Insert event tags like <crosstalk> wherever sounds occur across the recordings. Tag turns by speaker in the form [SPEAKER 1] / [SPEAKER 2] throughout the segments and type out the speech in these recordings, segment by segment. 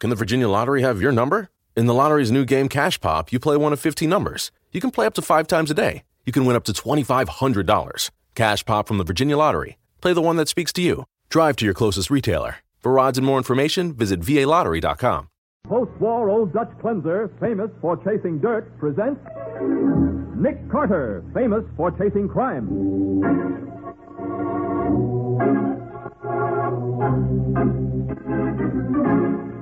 [SPEAKER 1] Can the Virginia Lottery have your number? In the lottery's new game, Cash Pop, you play one of 15 numbers. You can play up to five times a day. You can win up to $2,500. Cash Pop from the Virginia Lottery. Play the one that speaks to you. Drive to your closest retailer. For odds and more information, visit VALottery.com.
[SPEAKER 2] Post war old Dutch cleanser, famous for chasing dirt, presents Nick Carter, famous for chasing crime.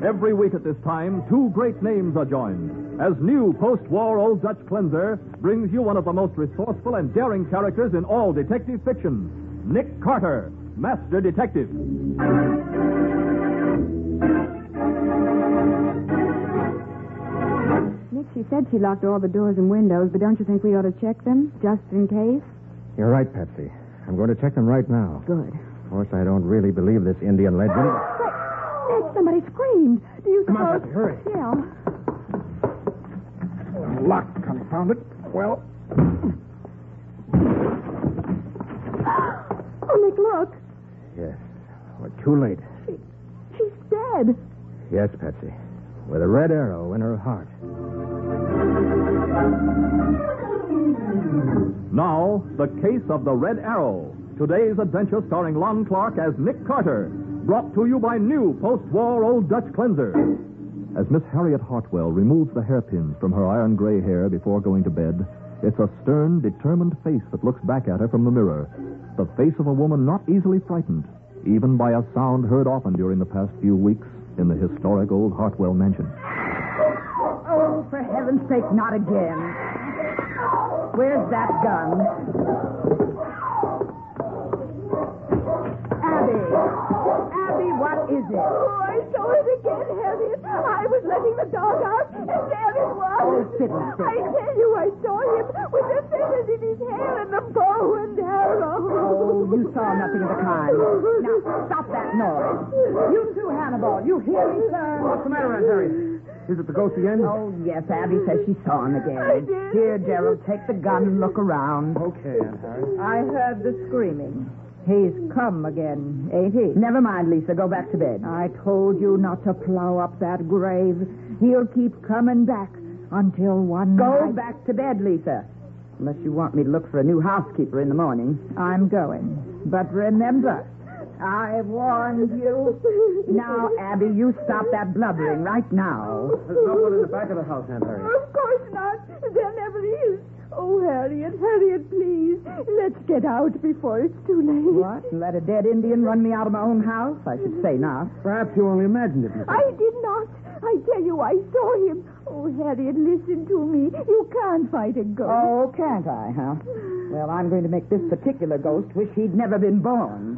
[SPEAKER 2] Every week at this time, two great names are joined as new post war old Dutch cleanser brings you one of the most resourceful and daring characters in all detective fiction Nick Carter, Master Detective.
[SPEAKER 3] Nick, she said she locked all the doors and windows, but don't you think we ought to check them, just in case?
[SPEAKER 4] You're right, Patsy. I'm going to check them right now.
[SPEAKER 3] Good.
[SPEAKER 4] Of course, I don't really believe this Indian legend.
[SPEAKER 3] Nick, somebody screamed. Do you
[SPEAKER 4] Come on,
[SPEAKER 3] suppose...
[SPEAKER 4] Patsy, hurry.
[SPEAKER 3] Yeah.
[SPEAKER 4] Locked, confound it. Well,
[SPEAKER 3] Oh, Nick, look.
[SPEAKER 4] yes. We're too late.
[SPEAKER 3] She, she's dead.
[SPEAKER 4] Yes, Patsy. With a red arrow in her heart.
[SPEAKER 2] Now, the case of the Red Arrow. Today's adventure starring Lon Clark as Nick Carter. Brought to you by new post war old Dutch cleanser. As Miss Harriet Hartwell removes the hairpins from her iron gray hair before going to bed, it's a stern, determined face that looks back at her from the mirror. The face of a woman not easily frightened, even by a sound heard often during the past few weeks in the historic old Hartwell mansion.
[SPEAKER 5] Oh, for heaven's sake, not again. Where's that gun? Abby. Abby, what is it?
[SPEAKER 6] Oh, I saw it again, Harriet. I was letting the dog out, and there it was.
[SPEAKER 5] Oh, fiddle, fiddle.
[SPEAKER 6] I tell you, I saw him with the feathers in his hair and the bow and arrow.
[SPEAKER 5] Oh, you saw nothing of the kind. Now, stop that noise. You too, Hannibal. You hear me, sir?
[SPEAKER 4] What's the matter, Aunt Harriet? Is it the ghost again?
[SPEAKER 5] Oh, yes, Abby says she saw him again.
[SPEAKER 6] I did.
[SPEAKER 5] Here, Gerald, take the gun and look around.
[SPEAKER 4] Okay, Aunt Harriet.
[SPEAKER 5] I heard the screaming. He's come again, ain't he? Never mind, Lisa. Go back to bed. I told you not to plow up that grave. He'll keep coming back until one Go back to bed, Lisa. Unless you want me to look for a new housekeeper in the morning. I'm going. But remember, I warned you. Now, Abby, you stop that blubbering right now.
[SPEAKER 4] There's no one in the back of the house, Aunt Harriet.
[SPEAKER 6] Of course not. There never is. Oh, Harriet, Harriet, please. Let's get out before it's too late.
[SPEAKER 5] What? Let a dead Indian run me out of my own house? I should say not.
[SPEAKER 4] Perhaps you only imagined it.
[SPEAKER 6] I did not. I tell you, I saw him. Oh, Harriet, listen to me. You can't fight a ghost.
[SPEAKER 5] Oh, can't I, huh? Well, I'm going to make this particular ghost wish he'd never been born.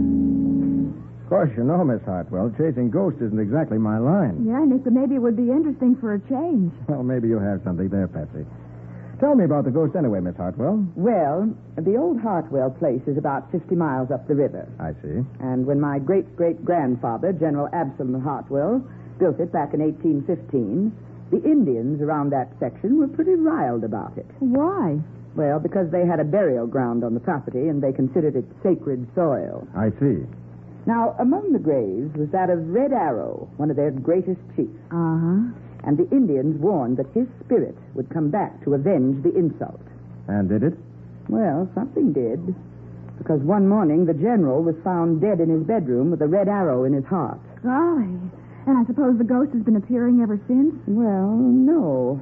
[SPEAKER 4] Of course, you know, Miss Hartwell, chasing ghosts isn't exactly my line.
[SPEAKER 3] Yeah, Nick, but maybe it would be interesting for a change.
[SPEAKER 4] <laughs> Well, maybe you have something there, Patsy. Tell me about the ghost anyway, Miss Hartwell.
[SPEAKER 5] Well, the old Hartwell place is about 50 miles up the river.
[SPEAKER 4] I see.
[SPEAKER 5] And when my great great grandfather, General Absalom Hartwell, built it back in 1815, the Indians around that section were pretty riled about it.
[SPEAKER 3] Why?
[SPEAKER 5] Well, because they had a burial ground on the property and they considered it sacred soil.
[SPEAKER 4] I see.
[SPEAKER 5] Now, among the graves was that of Red Arrow, one of their greatest chiefs.
[SPEAKER 3] Uh-huh.
[SPEAKER 5] and the Indians warned that his spirit would come back to avenge the insult.
[SPEAKER 4] And did it?
[SPEAKER 5] Well, something did, because one morning the general was found dead in his bedroom with a red arrow in his heart.
[SPEAKER 3] Golly. And I suppose the ghost has been appearing ever since?
[SPEAKER 5] Well, no,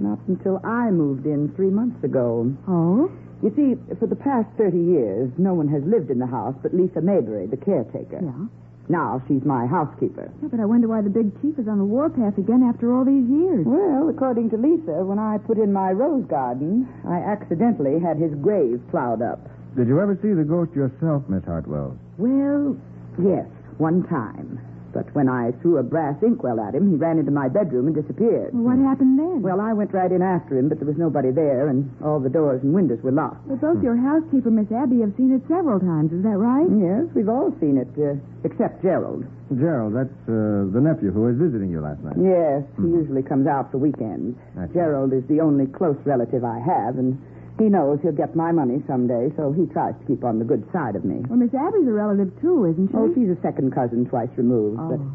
[SPEAKER 5] not until I moved in three months ago.
[SPEAKER 3] Oh?
[SPEAKER 5] You see, for the past 30 years, no one has lived in the house but Lisa Maybury, the caretaker.
[SPEAKER 3] Yeah.
[SPEAKER 5] Now she's my housekeeper.
[SPEAKER 3] Yeah, but I wonder why the big chief is on the warpath again after all these years.
[SPEAKER 5] Well, according to Lisa, when I put in my rose garden, I accidentally had his grave plowed up.
[SPEAKER 4] Did you ever see the ghost yourself, Miss Hartwell?
[SPEAKER 5] Well, yes, one time. But when I threw a brass inkwell at him, he ran into my bedroom and disappeared.
[SPEAKER 3] Well, what happened then?
[SPEAKER 5] Well, I went right in after him, but there was nobody there, and all the doors and windows were locked.
[SPEAKER 3] but both your housekeeper, Miss Abby, have seen it several times. Is that right?
[SPEAKER 5] Yes, we've all seen it, uh, except Gerald.
[SPEAKER 4] Gerald, that's uh, the nephew who was visiting you last night.
[SPEAKER 5] Yes, he usually comes out for weekends.
[SPEAKER 4] I see.
[SPEAKER 5] Gerald is the only close relative I have, and He knows he'll get my money someday, so he tries to keep on the good side of me.
[SPEAKER 7] Well, Miss Abby's a relative, too, isn't she?
[SPEAKER 5] Oh, she's a second cousin twice removed, but
[SPEAKER 7] Oh.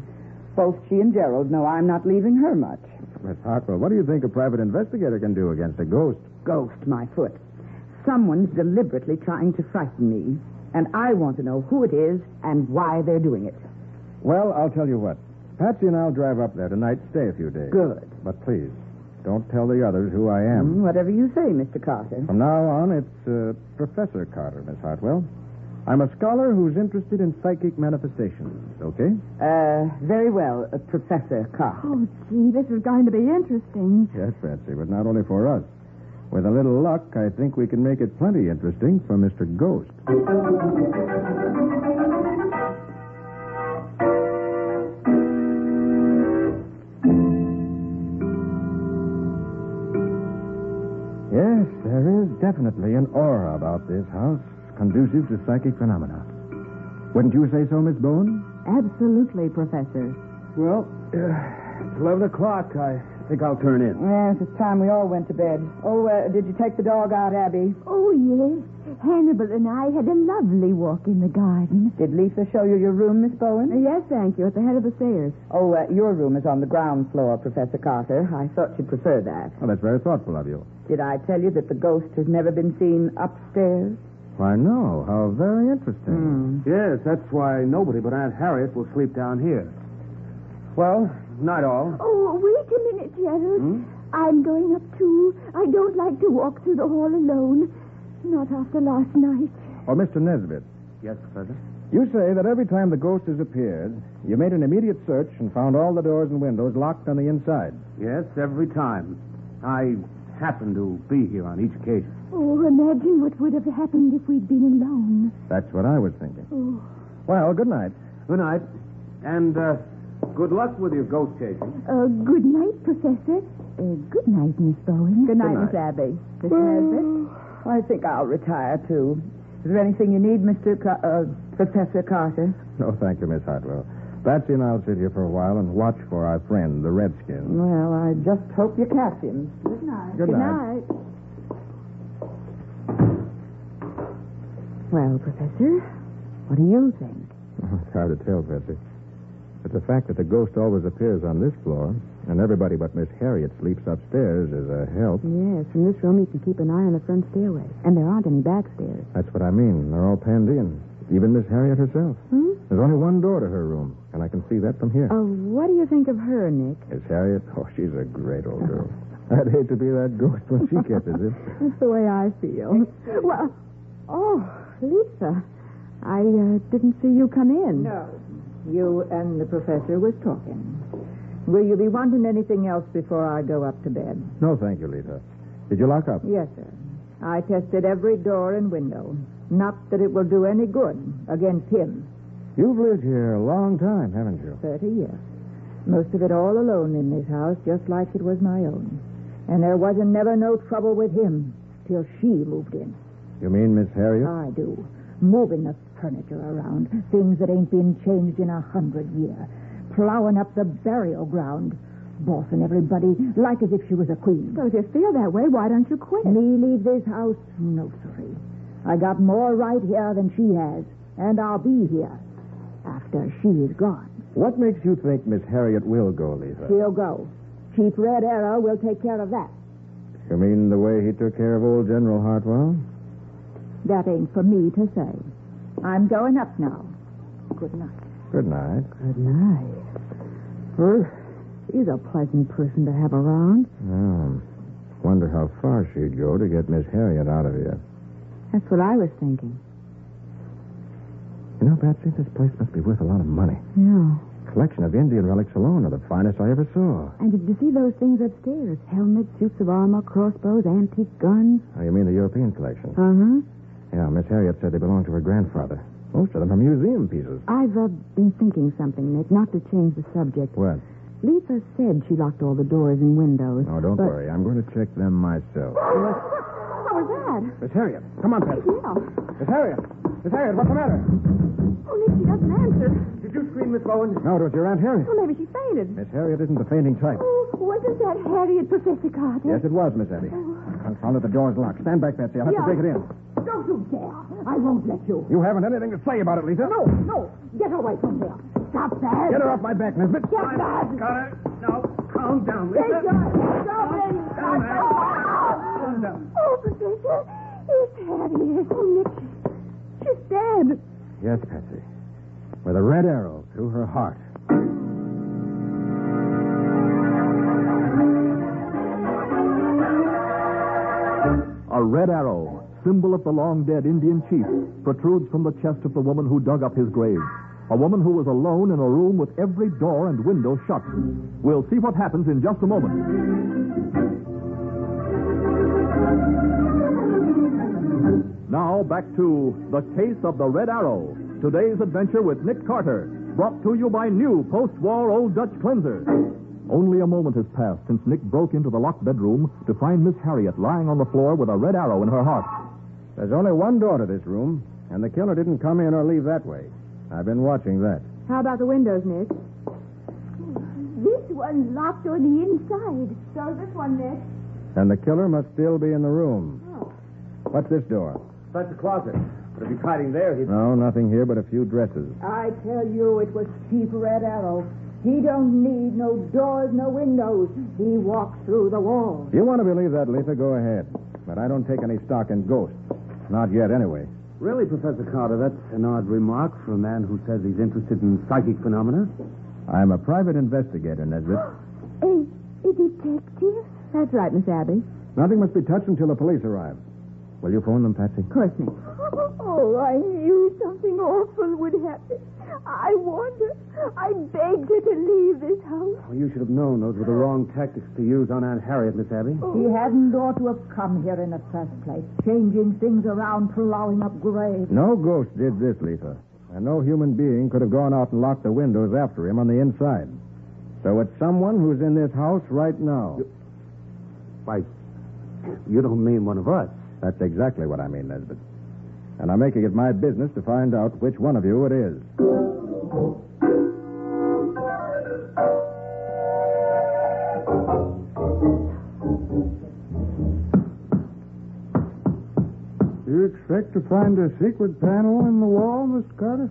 [SPEAKER 5] both she and Gerald know I'm not leaving her much.
[SPEAKER 4] Miss Hartwell, what do you think a private investigator can do against a ghost?
[SPEAKER 5] Ghost, my foot. Someone's deliberately trying to frighten me, and I want to know who it is and why they're doing it.
[SPEAKER 4] Well, I'll tell you what. Patsy and I'll drive up there tonight, stay a few days.
[SPEAKER 5] Good.
[SPEAKER 4] But please, don't tell the others who I am.
[SPEAKER 5] Mm, Whatever you say, Mr. Carter.
[SPEAKER 4] From now on, it's uh, Professor Carter, Miss Hartwell. I'm a scholar who's interested in psychic manifestations, okay?
[SPEAKER 5] Uh, very well, uh, Professor Carter.
[SPEAKER 7] Oh, gee, this is going to be interesting.
[SPEAKER 4] Yes, Patsy, but not only for us. With a little luck, I think we can make it plenty interesting for Mr. Ghost. Yes, there is definitely an aura about this house conducive to psychic phenomena. Wouldn't you say so, Miss Bowen?
[SPEAKER 5] Absolutely, Professor.
[SPEAKER 4] Well, it's 11 o'clock. I think I'll turn in.
[SPEAKER 3] Yes, it's time we all went to bed. Oh, uh, did you take the dog out, Abby?
[SPEAKER 6] Oh, yes. Hannibal and I had a lovely walk in the garden.
[SPEAKER 3] Did Lisa show you your room, Miss Bowen?
[SPEAKER 7] Uh, Yes, thank you, at the head of the stairs.
[SPEAKER 5] Oh, uh, your room is on the ground floor, Professor Carter. I thought you'd prefer that.
[SPEAKER 4] Well, that's very thoughtful of you.
[SPEAKER 5] Did I tell you that the ghost has never been seen upstairs?
[SPEAKER 4] Why, no. How very interesting.
[SPEAKER 8] Yes, that's why nobody but Aunt Harriet will sleep down here. Well, night all.
[SPEAKER 6] Oh, wait a minute, Gerald. I'm going up, too. I don't like to walk through the hall alone. Not after last night.
[SPEAKER 4] Or Mr. Nesbitt,
[SPEAKER 8] Yes, Professor.
[SPEAKER 4] Oh, you say that every time the ghost has appeared, you made an immediate search and found all the doors and windows locked on the inside.
[SPEAKER 8] Yes, every time. I happen to be here on each occasion.
[SPEAKER 6] Oh, imagine what would have happened if we'd been alone.
[SPEAKER 4] That's what I was thinking.
[SPEAKER 6] Oh.
[SPEAKER 4] Well, good night.
[SPEAKER 8] Good night, and uh, good luck with your ghost chasing.
[SPEAKER 6] Uh, good night, Professor. Uh, good night, Miss Bowen.
[SPEAKER 3] Good night, Miss Abby. Miss Nesbit? I think I'll retire, too.
[SPEAKER 5] Is there anything you need, Mr. Ca- uh, Professor Carter?
[SPEAKER 4] No, thank you, Miss Hartwell. Patsy and I'll sit here for a while and watch for our friend, the Redskin.
[SPEAKER 5] Well, I just hope you catch him.
[SPEAKER 4] Good, night.
[SPEAKER 5] Well, Professor, what do you think?
[SPEAKER 7] Mm-hmm.
[SPEAKER 4] <laughs> It's hard to tell, Patsy. But the fact that the ghost always appears on this floor, and everybody but Miss Harriet sleeps upstairs, is a help.
[SPEAKER 7] Yes, from this room you can keep an eye on the front stairway. And there aren't any back stairs.
[SPEAKER 4] That's what I mean. They're all penned in. Even Miss Harriet herself.
[SPEAKER 7] Hmm?
[SPEAKER 4] There's only one door to her room, and I can see that from here.
[SPEAKER 7] Oh, what do you think of her, Nick?
[SPEAKER 4] Miss Harriet? Oh, she's a great old girl. <laughs> I'd hate to be that ghost when she catches it.
[SPEAKER 7] That's the way I feel. well, oh, Lisa, I uh, didn't see you come in.
[SPEAKER 3] No. You and the professor was talking. Will you be wanting anything else before I go up to bed?
[SPEAKER 4] No, thank you, Lita. Did you lock up?
[SPEAKER 3] Yes, sir. I tested every door and window. Not that it will do any good against him.
[SPEAKER 4] You've lived here a long time, haven't you?
[SPEAKER 3] Thirty years. Most of it all alone in this house, just like it was my own. And there wasn't never no trouble with him till she moved in.
[SPEAKER 4] You mean Miss Harriet?
[SPEAKER 3] I do. Moving the furniture around, things that ain't been changed in a hundred years. Plowing up the burial ground, bossing everybody like as if she was a queen.
[SPEAKER 7] So if you feel that way, why don't you quit?
[SPEAKER 3] Me leave this house? No, sorry. I got more right here than she has, and I'll be here after she is gone.
[SPEAKER 4] What makes you think Miss Harriet will go, Lita?
[SPEAKER 3] She'll go. Chief Red Arrow will take care of that.
[SPEAKER 4] You mean the way he took care of old General Hartwell?
[SPEAKER 3] That ain't for me to say. I'm going up now. Good night.
[SPEAKER 4] Good night.
[SPEAKER 7] Good night. Well, she's a pleasant person to have around.
[SPEAKER 4] Oh, wonder how far she'd go to get Miss Harriet out of here.
[SPEAKER 7] That's what I was thinking.
[SPEAKER 4] You know, Patsy, this place must be worth a lot of money.
[SPEAKER 7] Yeah.
[SPEAKER 4] Collection of Indian relics alone are the finest I ever saw.
[SPEAKER 7] And did you see those things upstairs? Helmets, suits of armor, crossbows, antique guns.
[SPEAKER 4] Oh, you mean the European collection?
[SPEAKER 7] Uh-huh.
[SPEAKER 4] Yeah, Miss Harriet said they belonged to her grandfather. Most of them are museum pieces.
[SPEAKER 7] I've uh, been thinking something, Nick, not to change the subject.
[SPEAKER 4] What?
[SPEAKER 7] Lisa said she locked all the doors and windows.
[SPEAKER 4] No, don't
[SPEAKER 7] but-
[SPEAKER 4] worry. I'm going to check them myself.
[SPEAKER 7] What was that?
[SPEAKER 4] Miss Harriet, come on, Patsy.
[SPEAKER 7] Yeah.
[SPEAKER 4] Miss Harriet! Miss Harriet, what's the matter?
[SPEAKER 9] Oh,
[SPEAKER 7] Only she doesn't answer.
[SPEAKER 8] Did you scream, Miss Bowen?
[SPEAKER 4] No, it was your Aunt Harriet.
[SPEAKER 7] Well, maybe she fainted.
[SPEAKER 4] Miss Harriet isn't the fainting type.
[SPEAKER 6] Oh, wasn't that Harriet, Professor Carter?
[SPEAKER 4] Yes, it was, Miss Abby. Confound it, the door's locked. Stand back, Betsy. I'll have to break it in.
[SPEAKER 9] Don't you dare. I won't let you.
[SPEAKER 4] You haven't anything to say about it, Lisa.
[SPEAKER 9] No, no. Get away from there. Stop that.
[SPEAKER 4] Get her off my back, Nesbit.
[SPEAKER 9] Get that.
[SPEAKER 10] Got her. Now, calm down,
[SPEAKER 9] Take
[SPEAKER 10] Lisa.
[SPEAKER 9] her. Stop it.
[SPEAKER 10] Calm down. Calm down.
[SPEAKER 6] Oh, Professor, it's Harriet. Oh, Nick, she's dead.
[SPEAKER 4] Yes, Patsy. With a red arrow through her heart.
[SPEAKER 2] A red arrow, symbol of the long dead Indian chief, protrudes from the chest of the woman who dug up his grave. A woman who was alone in a room with every door and window shut. We'll see what happens in just a moment. Now back to The Case of the Red Arrow. Today's adventure with Nick Carter, brought to you by new post-war Old Dutch cleanser. Only a moment has passed since Nick broke into the locked bedroom to find Miss Harriet lying on the floor with a red arrow in her heart.
[SPEAKER 4] There's only one door to this room, and the killer didn't come in or leave that way. I've been watching that.
[SPEAKER 3] How about the windows, Nick?
[SPEAKER 6] This one's locked on the inside. So this one, Nick.
[SPEAKER 4] And the killer must still be in the room. What's this door?
[SPEAKER 10] Oh. That's the closet. But if he's hiding there, he'd...
[SPEAKER 4] No, nothing here but a few dresses.
[SPEAKER 5] I tell you, it was Chief Red Arrow. He don't need no doors, no windows. He walks through the walls.
[SPEAKER 4] If you want to believe that, Lisa, go ahead. But I don't take any stock in ghosts. Not yet, anyway.
[SPEAKER 10] Really, Professor Carter, that's an odd remark for a man who says he's interested in psychic phenomena.
[SPEAKER 4] I'm a private
[SPEAKER 10] <gasps>
[SPEAKER 4] investigator, Nesbit.
[SPEAKER 6] A, a detective?
[SPEAKER 3] That's right, Miss Abbey.
[SPEAKER 4] Nothing must be touched until the police arrive. Will you phone them, Patsy?
[SPEAKER 3] Of course, Nick.
[SPEAKER 6] Oh, I knew something awful would happen. I warned her. I begged her to leave this house.
[SPEAKER 10] Well, you should have known those were the wrong tactics to use on Aunt Harriet, Miss Abbey.
[SPEAKER 5] He hadn't ought to have come here in the first place, changing things around, plowing up graves.
[SPEAKER 4] No ghost did this, Lisa. And no human being could have gone out and locked the windows after him on the inside. So it's someone who's in this house right now.
[SPEAKER 10] Why, you don't mean one of us.
[SPEAKER 4] That's exactly what I mean, Nesbit. And I'm making it my business to find out which one of you it is. You expect to find a secret panel in the wall, Mr. Carter?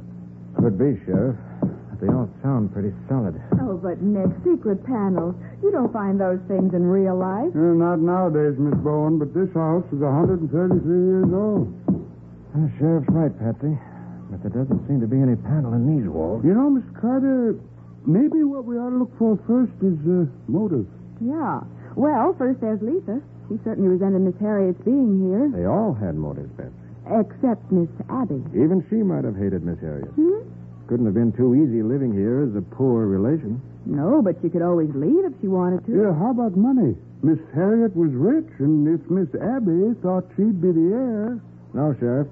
[SPEAKER 4] Could be, Sheriff. But they all sound pretty solid.
[SPEAKER 3] Oh, but Nick, secret panels. You don't find those things in real life.
[SPEAKER 11] not nowadays, Miss Bowen, but this house is 133 years old.
[SPEAKER 4] The sheriff's right, Patsy. But there doesn't seem to be any panel in these walls.
[SPEAKER 11] You know, Miss Carter, maybe what we ought to look for first is uh, motive.
[SPEAKER 3] Yeah. Well, first there's Lisa. She certainly resented Miss Harriet's being here,
[SPEAKER 4] They all had motives, Betsy.
[SPEAKER 3] except Miss Abbey.
[SPEAKER 4] Even she might have hated Miss Harriet.
[SPEAKER 3] Hmm?
[SPEAKER 4] Couldn't have been too easy living here as a poor relation.
[SPEAKER 3] No, but she could always leave if she wanted to.
[SPEAKER 11] Yeah, how about money? Miss Harriet was rich, and if Miss Abbey thought she'd be the heir,
[SPEAKER 4] No, Sheriff.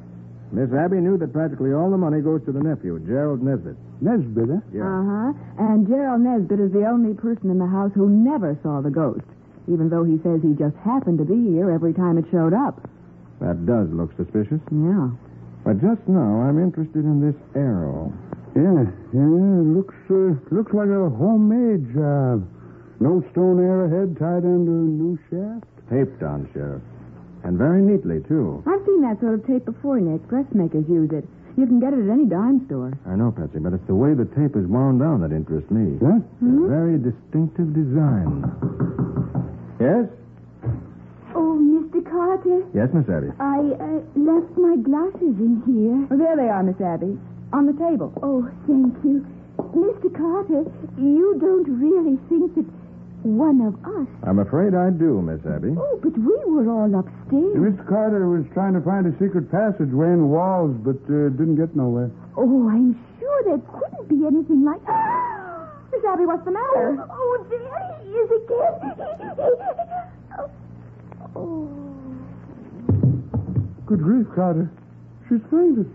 [SPEAKER 4] Miss Abbey knew that practically all the money goes to the nephew, Gerald Nesbit.
[SPEAKER 11] Nesbit, eh?
[SPEAKER 3] Uh huh. And Gerald Nesbit is the only person in the house who never saw the ghost, even though he says he just happened to be here every time it showed up.
[SPEAKER 4] That does look suspicious.
[SPEAKER 3] Yeah.
[SPEAKER 4] But just now, I'm interested in this arrow.
[SPEAKER 11] Yeah, yeah. Looks uh, looks like a homemade job. No stone arrowhead tied under a new shaft.
[SPEAKER 4] Taped on, Sheriff. And very neatly, too.
[SPEAKER 3] I've seen that sort of tape before, Nick. Dressmakers use it. You can get it at any dime store.
[SPEAKER 4] I know, Patsy, but it's the way the tape is wound down that interests me.
[SPEAKER 11] Huh?
[SPEAKER 4] A very distinctive design. Yes?
[SPEAKER 6] Oh, Mr. Carter,
[SPEAKER 4] Yes, Miss Abbey.
[SPEAKER 6] I uh, left my glasses in here.
[SPEAKER 3] Well, there they are, Miss Abbey, on the table.
[SPEAKER 6] Oh, thank you. Mr. Carter, you don't really think that one of us.
[SPEAKER 4] I'm afraid I do, Miss Abbey.
[SPEAKER 6] Oh, but we were all upstairs.
[SPEAKER 11] Mr. Carter was trying to find a secret passageway in the walls, but uh, didn't get nowhere.
[SPEAKER 6] Oh, I'm sure there couldn't be anything like.
[SPEAKER 3] Miss Abbey, what's the matter?
[SPEAKER 6] Oh, there he is again. Oh.
[SPEAKER 11] Good grief, Carter. She's fainted.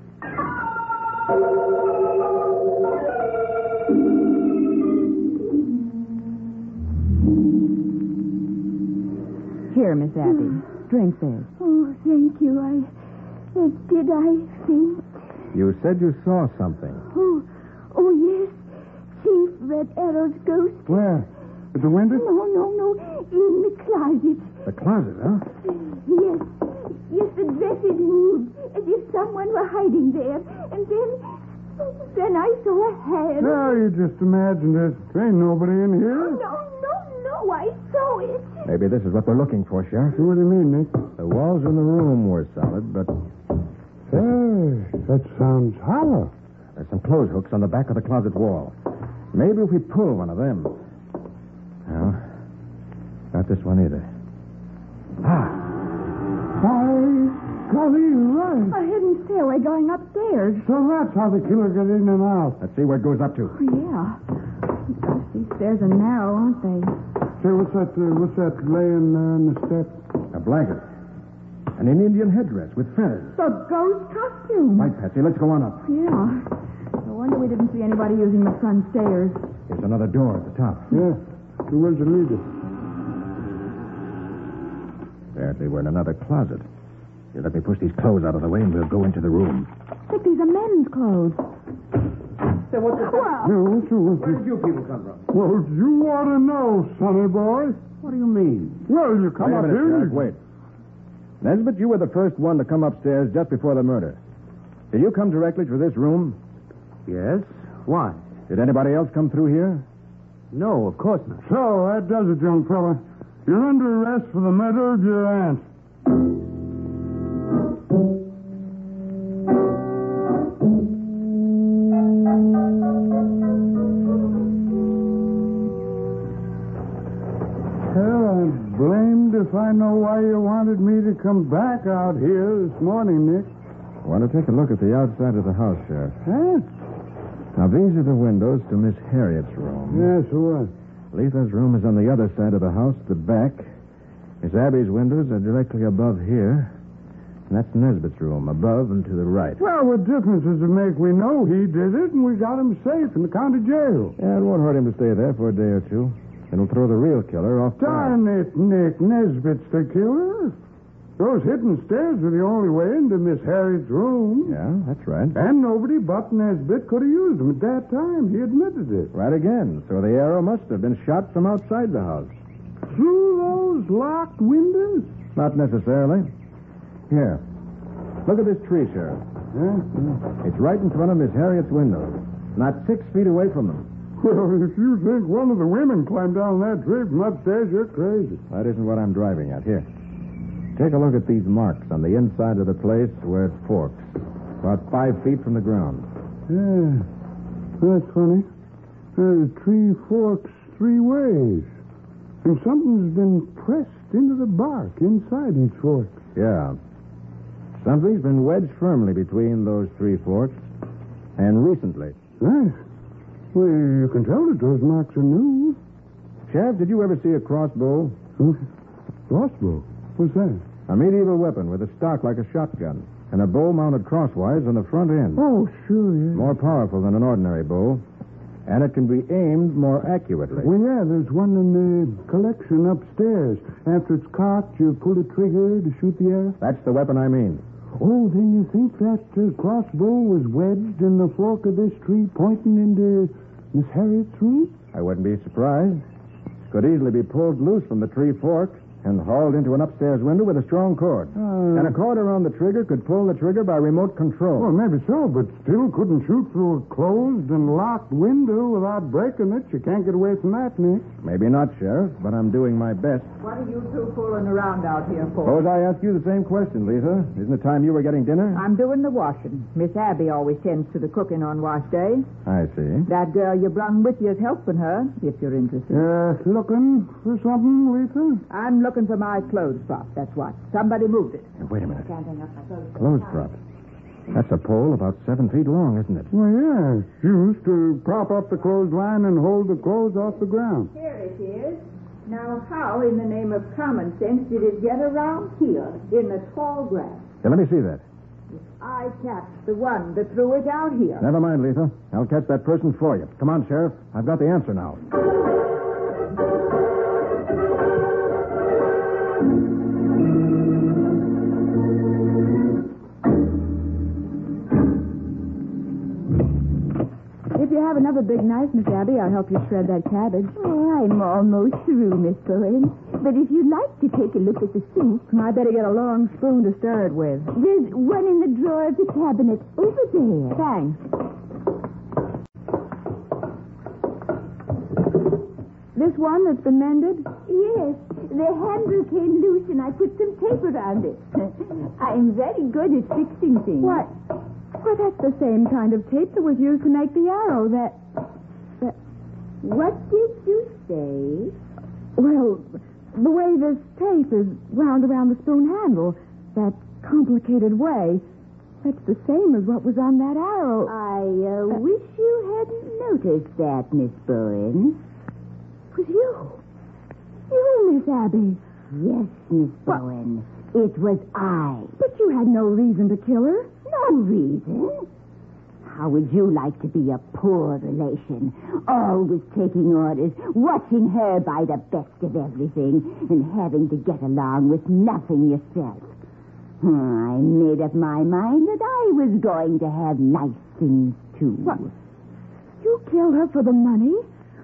[SPEAKER 3] Here, Miss Abbey.
[SPEAKER 5] Hmm.
[SPEAKER 3] Drink this.
[SPEAKER 6] Oh, thank you. I. Uh, did I faint?
[SPEAKER 4] You said you saw something.
[SPEAKER 6] Oh, oh yes. Chief Red Arrow's ghost.
[SPEAKER 11] Where? At the window?
[SPEAKER 6] No, no, no. In the closet.
[SPEAKER 4] The closet, huh?
[SPEAKER 6] Yes, yes, the dress had moved as if someone were hiding there. And then, then I saw a hand.
[SPEAKER 11] Now you just imagined it. There ain't nobody in here.
[SPEAKER 6] Oh, No, no, no, I saw it.
[SPEAKER 4] Maybe this is what they're looking for, Sheriff. What do you mean, Nick? The walls in the room were solid, but. Hey, that sounds hollow. There's some clothes hooks on the back of the closet wall. Maybe if we pull one of them. No, not this one either. Ah!
[SPEAKER 11] By golly, right.
[SPEAKER 3] A hidden stairway going upstairs.
[SPEAKER 11] So that's how the killer got in and out.
[SPEAKER 4] Let's see where it goes up to.
[SPEAKER 3] Oh, yeah. Gosh, these stairs are narrow, aren't they?
[SPEAKER 11] Say, what's that, uh, what's that laying there on the step?
[SPEAKER 4] A blanket. And an Indian headdress with feathers.
[SPEAKER 3] The ghost costume.
[SPEAKER 4] Right, Patsy, let's go on up.
[SPEAKER 3] Yeah. No wonder we didn't see anybody using the front stairs.
[SPEAKER 4] There's another door at the top.
[SPEAKER 11] Yeah. So where's the leader?
[SPEAKER 4] Apparently, we're in another closet. Here, let me push these clothes out of the way and we'll go into the room.
[SPEAKER 3] Look, these are men's clothes.
[SPEAKER 10] Say, what's the
[SPEAKER 3] Well,
[SPEAKER 11] Yeah, what's your, what's
[SPEAKER 10] Where
[SPEAKER 11] your...
[SPEAKER 10] did you people come from?
[SPEAKER 11] Well, you ought to know, sonny boy.
[SPEAKER 10] What do you mean?
[SPEAKER 11] Well, you come
[SPEAKER 4] wait
[SPEAKER 11] up
[SPEAKER 4] a minute,
[SPEAKER 11] here. and
[SPEAKER 4] Sheriff,
[SPEAKER 11] you-
[SPEAKER 4] wait. Nesbit, you were the first one to come upstairs just before the murder. Did you come directly to this room?
[SPEAKER 10] Yes. Why?
[SPEAKER 4] Did anybody else come through here?
[SPEAKER 10] No, of course not.
[SPEAKER 11] So that does it, young fella. You're under arrest for the murder of your aunt. Well, I'm blamed if I know why you wanted me to come back out here this morning, Nick.
[SPEAKER 4] Want to take a look at the outside of the house, Sheriff?
[SPEAKER 11] Huh?
[SPEAKER 4] Now, these are the windows to Miss Harriet's room.
[SPEAKER 11] Yes, what?
[SPEAKER 4] Letha's room is on the other side of the house, the back. Miss Abby's windows are directly above here. And that's Nesbit's room, above and to the right.
[SPEAKER 11] Well, what difference does it make? We know he did it, and we got him safe in the county jail.
[SPEAKER 4] Yeah, it won't hurt him to stay there for a day or two. It'll throw the real killer off balance.
[SPEAKER 11] Darn it, Nick. Nesbit's the killer. Those hidden stairs were the only way into Miss Harriet's room.
[SPEAKER 4] Yeah, that's right.
[SPEAKER 11] And nobody but Nesbit could have used them at that time. He admitted it.
[SPEAKER 4] Right again. So the arrow must have been shot from outside the house.
[SPEAKER 11] Through those locked windows?
[SPEAKER 4] Not necessarily. Here. Look at this tree, Sheriff.
[SPEAKER 11] Huh?
[SPEAKER 4] It's right in front of Miss Harriet's window. Not six feet away from them.
[SPEAKER 11] Well, if you think one of the women climbed down that tree from upstairs, you're crazy.
[SPEAKER 4] That isn't what I'm driving at. Here. Take a look at these marks on the inside of the place where it forks. About five feet from the ground.
[SPEAKER 11] Yeah. That's funny. Uh, the tree forks three ways. And something's been pressed into the bark inside each fork.
[SPEAKER 4] Yeah. Something's been wedged firmly between those three forks. And recently.
[SPEAKER 11] Yes. Well, you can tell that those marks are new.
[SPEAKER 4] Sheriff, did you ever see a crossbow?
[SPEAKER 11] Huh? Crossbow? What's that?
[SPEAKER 4] A medieval weapon with a stock like a shotgun and a bow mounted crosswise on the front end.
[SPEAKER 11] Oh, sure, yeah.
[SPEAKER 4] More powerful than an ordinary bow, and it can be aimed more accurately.
[SPEAKER 11] Well, yeah, there's one in the collection upstairs. After it's cocked, you pull the trigger to shoot the arrow.
[SPEAKER 4] That's the weapon I mean.
[SPEAKER 11] Oh, then you think that uh, crossbow was wedged in the fork of this tree pointing into Miss Harriet's room?
[SPEAKER 4] I wouldn't be surprised. It could easily be pulled loose from the tree fork and hauled into an upstairs window with a strong cord.
[SPEAKER 11] Uh,
[SPEAKER 4] and a cord around the trigger could pull the trigger by remote control.
[SPEAKER 11] Well, maybe so, but still couldn't shoot through a closed and locked window without breaking it. You can't get away from that, Nick.
[SPEAKER 4] Maybe not, Sheriff, but I'm doing my best.
[SPEAKER 5] What are you two fooling around out here for?
[SPEAKER 4] Suppose I ask you the same question, Lisa. Isn't it time you were getting dinner?
[SPEAKER 5] I'm doing the washing. Miss Abby always tends to the cooking on wash day.
[SPEAKER 4] I see.
[SPEAKER 5] That girl you brung with you is helping her, if you're interested.
[SPEAKER 11] Uh, looking for something, Lisa?
[SPEAKER 5] I'm looking for my clothes prop, that's what. Somebody moved it.
[SPEAKER 4] Now, Wait a minute. Clothes prop. That's a pole about seven feet long, isn't it?
[SPEAKER 11] Well, yeah. It's used to prop up the clothesline and hold the clothes off the ground.
[SPEAKER 5] Here it is. Now, how in the name of common sense did it get around here in the tall grass?
[SPEAKER 4] Now, let me see that.
[SPEAKER 5] I catch the one that threw it out here.
[SPEAKER 4] Never mind, Lisa. I'll catch that person for you. Come on, Sheriff. I've got the answer now.
[SPEAKER 3] If you have another big knife, Miss Abby, I'll help you shred that cabbage. Oh, I'm almost through, Miss Lane.
[SPEAKER 12] But if you'd like to take a look at the sink. I better get a long spoon to stir it with. There's one in the drawer of the cabinet over there. Thanks. This one that's been mended?
[SPEAKER 6] Yes, the handle came loose and I put some tape around it. I am very good at fixing things.
[SPEAKER 3] What? Why, that's the same kind of tape that was used to make the arrow that. that...
[SPEAKER 6] What did you say?
[SPEAKER 3] Well, the way this tape is wound around the spoon handle, that complicated way, that's the same as what was on that arrow.
[SPEAKER 6] I uh, wish you hadn't noticed that, Miss Bowen.
[SPEAKER 12] It was you. You, Miss Abby.
[SPEAKER 6] Yes, Miss Bowen. It was I.
[SPEAKER 3] But you had no reason to kill her.
[SPEAKER 6] No reason. How would you like to be a poor relation? Always taking orders, watching her by the best of everything, and having to get along with nothing yourself. Hmm, I made up my mind that I was going to have nice things, too. What?
[SPEAKER 3] You killed her for the money?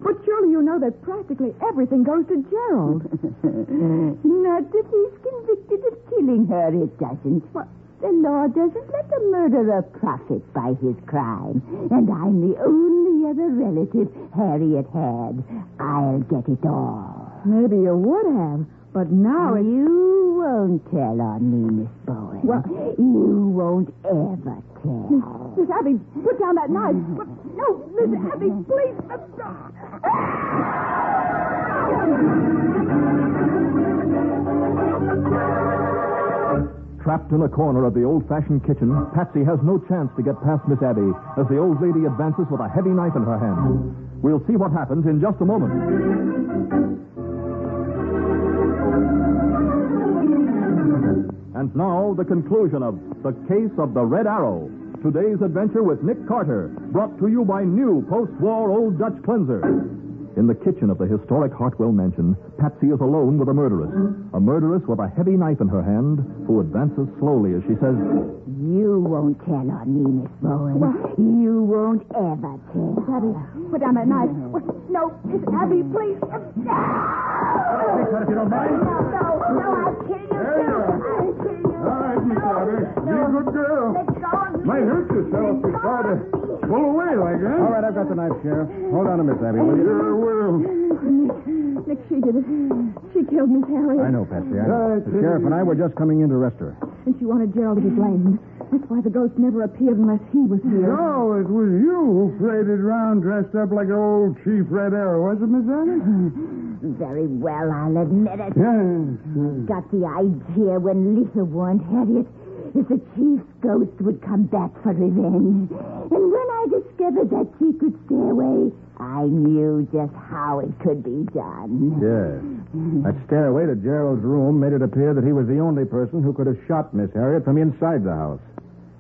[SPEAKER 3] But surely you know that practically everything goes to Gerald.
[SPEAKER 6] <laughs> Not if he's convicted of killing her, it doesn't. The law doesn't let a murderer profit by his crime. And I'm the only other relative Harriet had. I'll get it all.
[SPEAKER 3] Maybe you would have, but now it's.
[SPEAKER 6] You won't tell on me, Miss Bowen.
[SPEAKER 3] What?
[SPEAKER 6] You won't ever tell.
[SPEAKER 3] Miss Abby, put down that knife.
[SPEAKER 6] No, Miss Abby, please.
[SPEAKER 13] Trapped in a corner of the old fashioned kitchen, Patsy has no chance to get past Miss Abby as the old lady advances with a heavy knife in her hand. We'll see what happens in just a moment. And now, the conclusion of The Case of the Red Arrow. Today's adventure with Nick Carter, brought to you by new post war Old Dutch cleanser. In the kitchen of the historic Hartwell mansion, Patsy is alone with a murderess. A murderess with a heavy knife in her hand, who advances slowly as she says,
[SPEAKER 6] You won't tell on me, Miss Bowen. You won't ever tell. Abby,
[SPEAKER 3] put down that knife.
[SPEAKER 14] Mm-hmm.
[SPEAKER 6] No, Miss Abby, please.
[SPEAKER 14] if you don't mind.
[SPEAKER 6] All
[SPEAKER 14] right, Miss Abby. Be a good girl. Might hurt yourself if you try to pull away like that.
[SPEAKER 4] All right, I've got the knife, Sheriff. Hold on to Miss Abby, will you?
[SPEAKER 14] Sure will.
[SPEAKER 3] Nick, Nick, she did it. She killed Miss Harriet.
[SPEAKER 4] I know, Patsy. I know. The sheriff and I were just coming in to arrest her.
[SPEAKER 3] And she wanted Gerald to be blamed. That's why the ghost never appeared unless he was here.
[SPEAKER 15] No, it was you who paraded round dressed up like old Chief Red Arrow, was it, Miss
[SPEAKER 4] <laughs>
[SPEAKER 15] Annie?
[SPEAKER 6] Very well, I'll admit it.
[SPEAKER 15] Yes.
[SPEAKER 6] Got the idea when Lisa warned Harriet that the chief's ghost would come back for revenge. And when I discovered that secret stairway, I knew just how it could be done.
[SPEAKER 4] Yes. That stairway to Gerald's room made it appear that he was the only person who could have shot Miss Harriet from inside the house.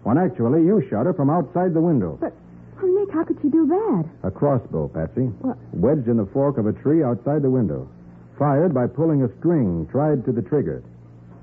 [SPEAKER 4] When actually, you shot her from outside the window.
[SPEAKER 3] Oh, Nick, how could she do that?
[SPEAKER 4] A crossbow, Patsy.
[SPEAKER 3] What?
[SPEAKER 4] Wedged in the fork of a tree outside the window. Fired by pulling a string tied to the trigger.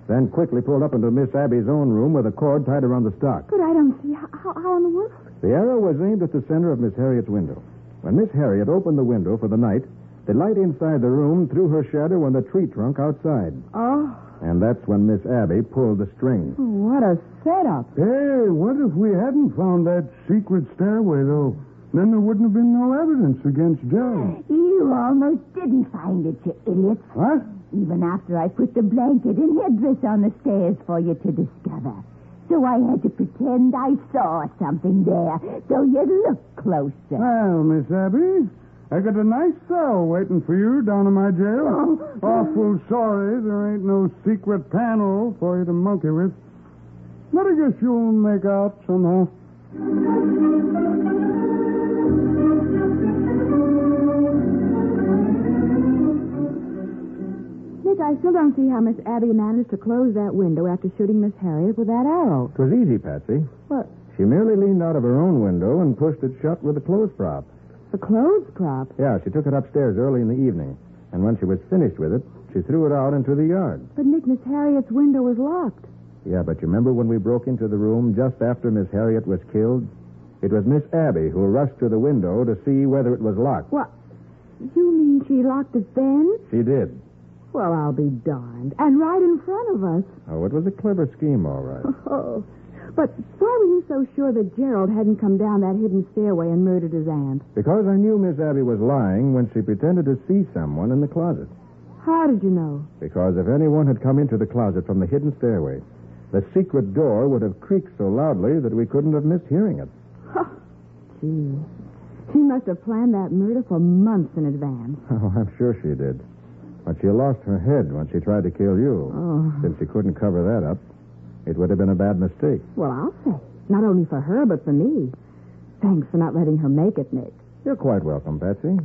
[SPEAKER 4] Then quickly pulled up into Miss Abby's own room with a cord tied around the stock.
[SPEAKER 3] But I don't see how, how, how in the world.
[SPEAKER 4] The arrow was aimed at the center of Miss Harriet's window. When Miss Harriet opened the window for the night, the light inside the room threw her shadow on the tree trunk outside.
[SPEAKER 3] Oh,
[SPEAKER 4] And that's when Miss Abby pulled the string.
[SPEAKER 3] what a setup.
[SPEAKER 15] Hey, what if we hadn't found that secret stairway, though? Then there wouldn't have been no evidence against Gerald.
[SPEAKER 6] You almost didn't find it, you idiots.
[SPEAKER 15] What?
[SPEAKER 6] Even after I put the blanket and headdress on the stairs for you to discover. So I had to pretend I saw something there, so you'd look closer.
[SPEAKER 15] Well, Miss Abby, I got a nice cell waiting for you down in my
[SPEAKER 4] Oh.
[SPEAKER 15] jail. Awful sorry there ain't no secret panel for you to monkey with. But I guess you'll make out somehow.
[SPEAKER 3] Nick, I still don't see how Miss Abby managed to close that window after shooting Miss Harriet with that arrow.
[SPEAKER 4] It was Oh, easy, Patsy.
[SPEAKER 3] What?
[SPEAKER 4] She merely leaned out of her own window and pushed it shut with a clothes prop.
[SPEAKER 3] The clothes prop.
[SPEAKER 4] Yeah, she took it upstairs early in the evening. And when she was finished with it, she threw it out into the yard.
[SPEAKER 3] But Nick, Miss Harriet's window was locked.
[SPEAKER 4] Yeah, but you remember when we broke into the room just after Miss Harriet was killed? It was Miss Abby who rushed to the window to see whether it was locked.
[SPEAKER 3] You mean she locked it then?
[SPEAKER 4] She did.
[SPEAKER 3] Well, I'll be darned. And right in front of us.
[SPEAKER 4] Oh, it was a clever scheme, all right.
[SPEAKER 3] Oh. But why were you so sure that Gerald hadn't come down that hidden stairway and murdered his aunt?
[SPEAKER 4] Because I knew Miss Abby was lying when she pretended to see someone in the closet.
[SPEAKER 3] How did you know?
[SPEAKER 4] Because if anyone had come into the closet from the hidden stairway, the secret door would have creaked so loudly that we couldn't have missed hearing it. <laughs>
[SPEAKER 3] Gee. She must have planned that murder for months in advance.
[SPEAKER 4] Oh, I'm sure she did. But she lost her head when she tried to kill you.
[SPEAKER 3] Oh.
[SPEAKER 4] Since she couldn't cover that up, it would have been a bad mistake.
[SPEAKER 3] Well, I'll say. Not only for her, but for me. Thanks for not letting her make it, Nick.
[SPEAKER 4] You're quite welcome, Patsy.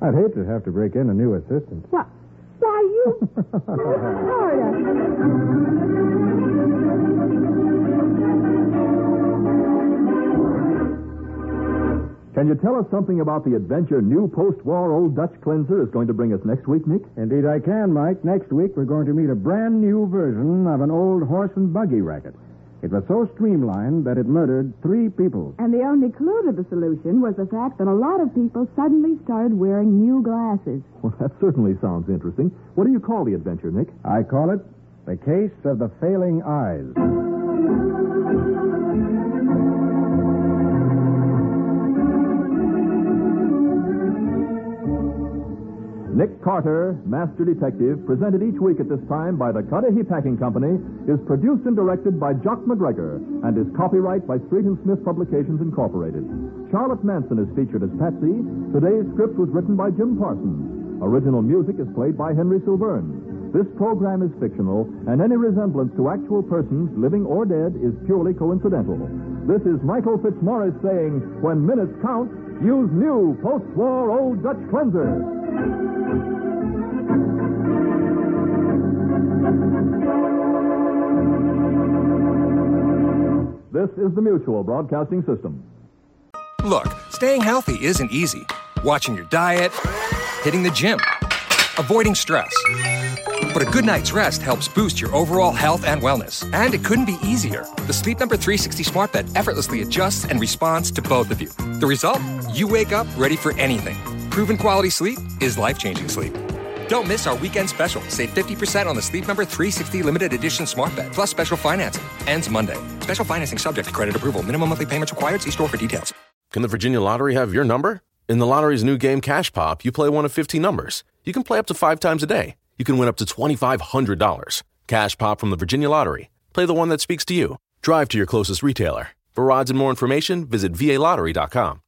[SPEAKER 4] I'd hate to have to break in a new assistant.
[SPEAKER 3] What? Why, <laughs> you.
[SPEAKER 2] <laughs> Can you tell us something about the adventure new post war old Dutch cleanser is going to bring us next week, Nick?
[SPEAKER 4] Indeed, I can, Mike. Next week, we're going to meet a brand new version of an old horse and buggy racket. It was so streamlined that it murdered three people.
[SPEAKER 3] And the only clue to the solution was the fact that a lot of people suddenly started wearing new glasses.
[SPEAKER 2] Well, that certainly sounds interesting. What do you call the adventure, Nick?
[SPEAKER 4] I call it The Case of the Failing Eyes.
[SPEAKER 2] Nick Carter, Master Detective, presented each week at this time by the Cudahy Packing Company, is produced and directed by Jock McGregor and is copyright by Street and Smith Publications Incorporated. Charlotte Manson is featured as Patsy. Today's script was written by Jim Parsons. Original music is played by Henry Silverne. This program is fictional, and any resemblance to actual persons, living or dead, is purely coincidental. This is Michael Fitzmaurice saying, when minutes count, use new post-war old Dutch cleanser. This is the Mutual Broadcasting System.
[SPEAKER 16] Look, staying healthy isn't easy. Watching your diet, hitting the gym, avoiding stress. But a good night's rest helps boost your overall health and wellness. And it couldn't be easier. The Sleep Number 360 smart bed effortlessly adjusts and responds to both of you. The result? You wake up ready for anything. Proven quality sleep is life changing sleep. Don't miss our weekend special. Save 50% on the Sleep Number 360 limited edition smart bed, plus special financing. Ends Monday. Special financing subject to credit approval. Minimum monthly payments required. See store for details.
[SPEAKER 1] Can the Virginia Lottery have your number? In the lottery's new game, Cash Pop, you play one of 15 numbers. You can play up to five times a day. You can win up to $2,500. Cash Pop from the Virginia Lottery. Play the one that speaks to you. Drive to your closest retailer. For odds and more information, visit VALottery.com.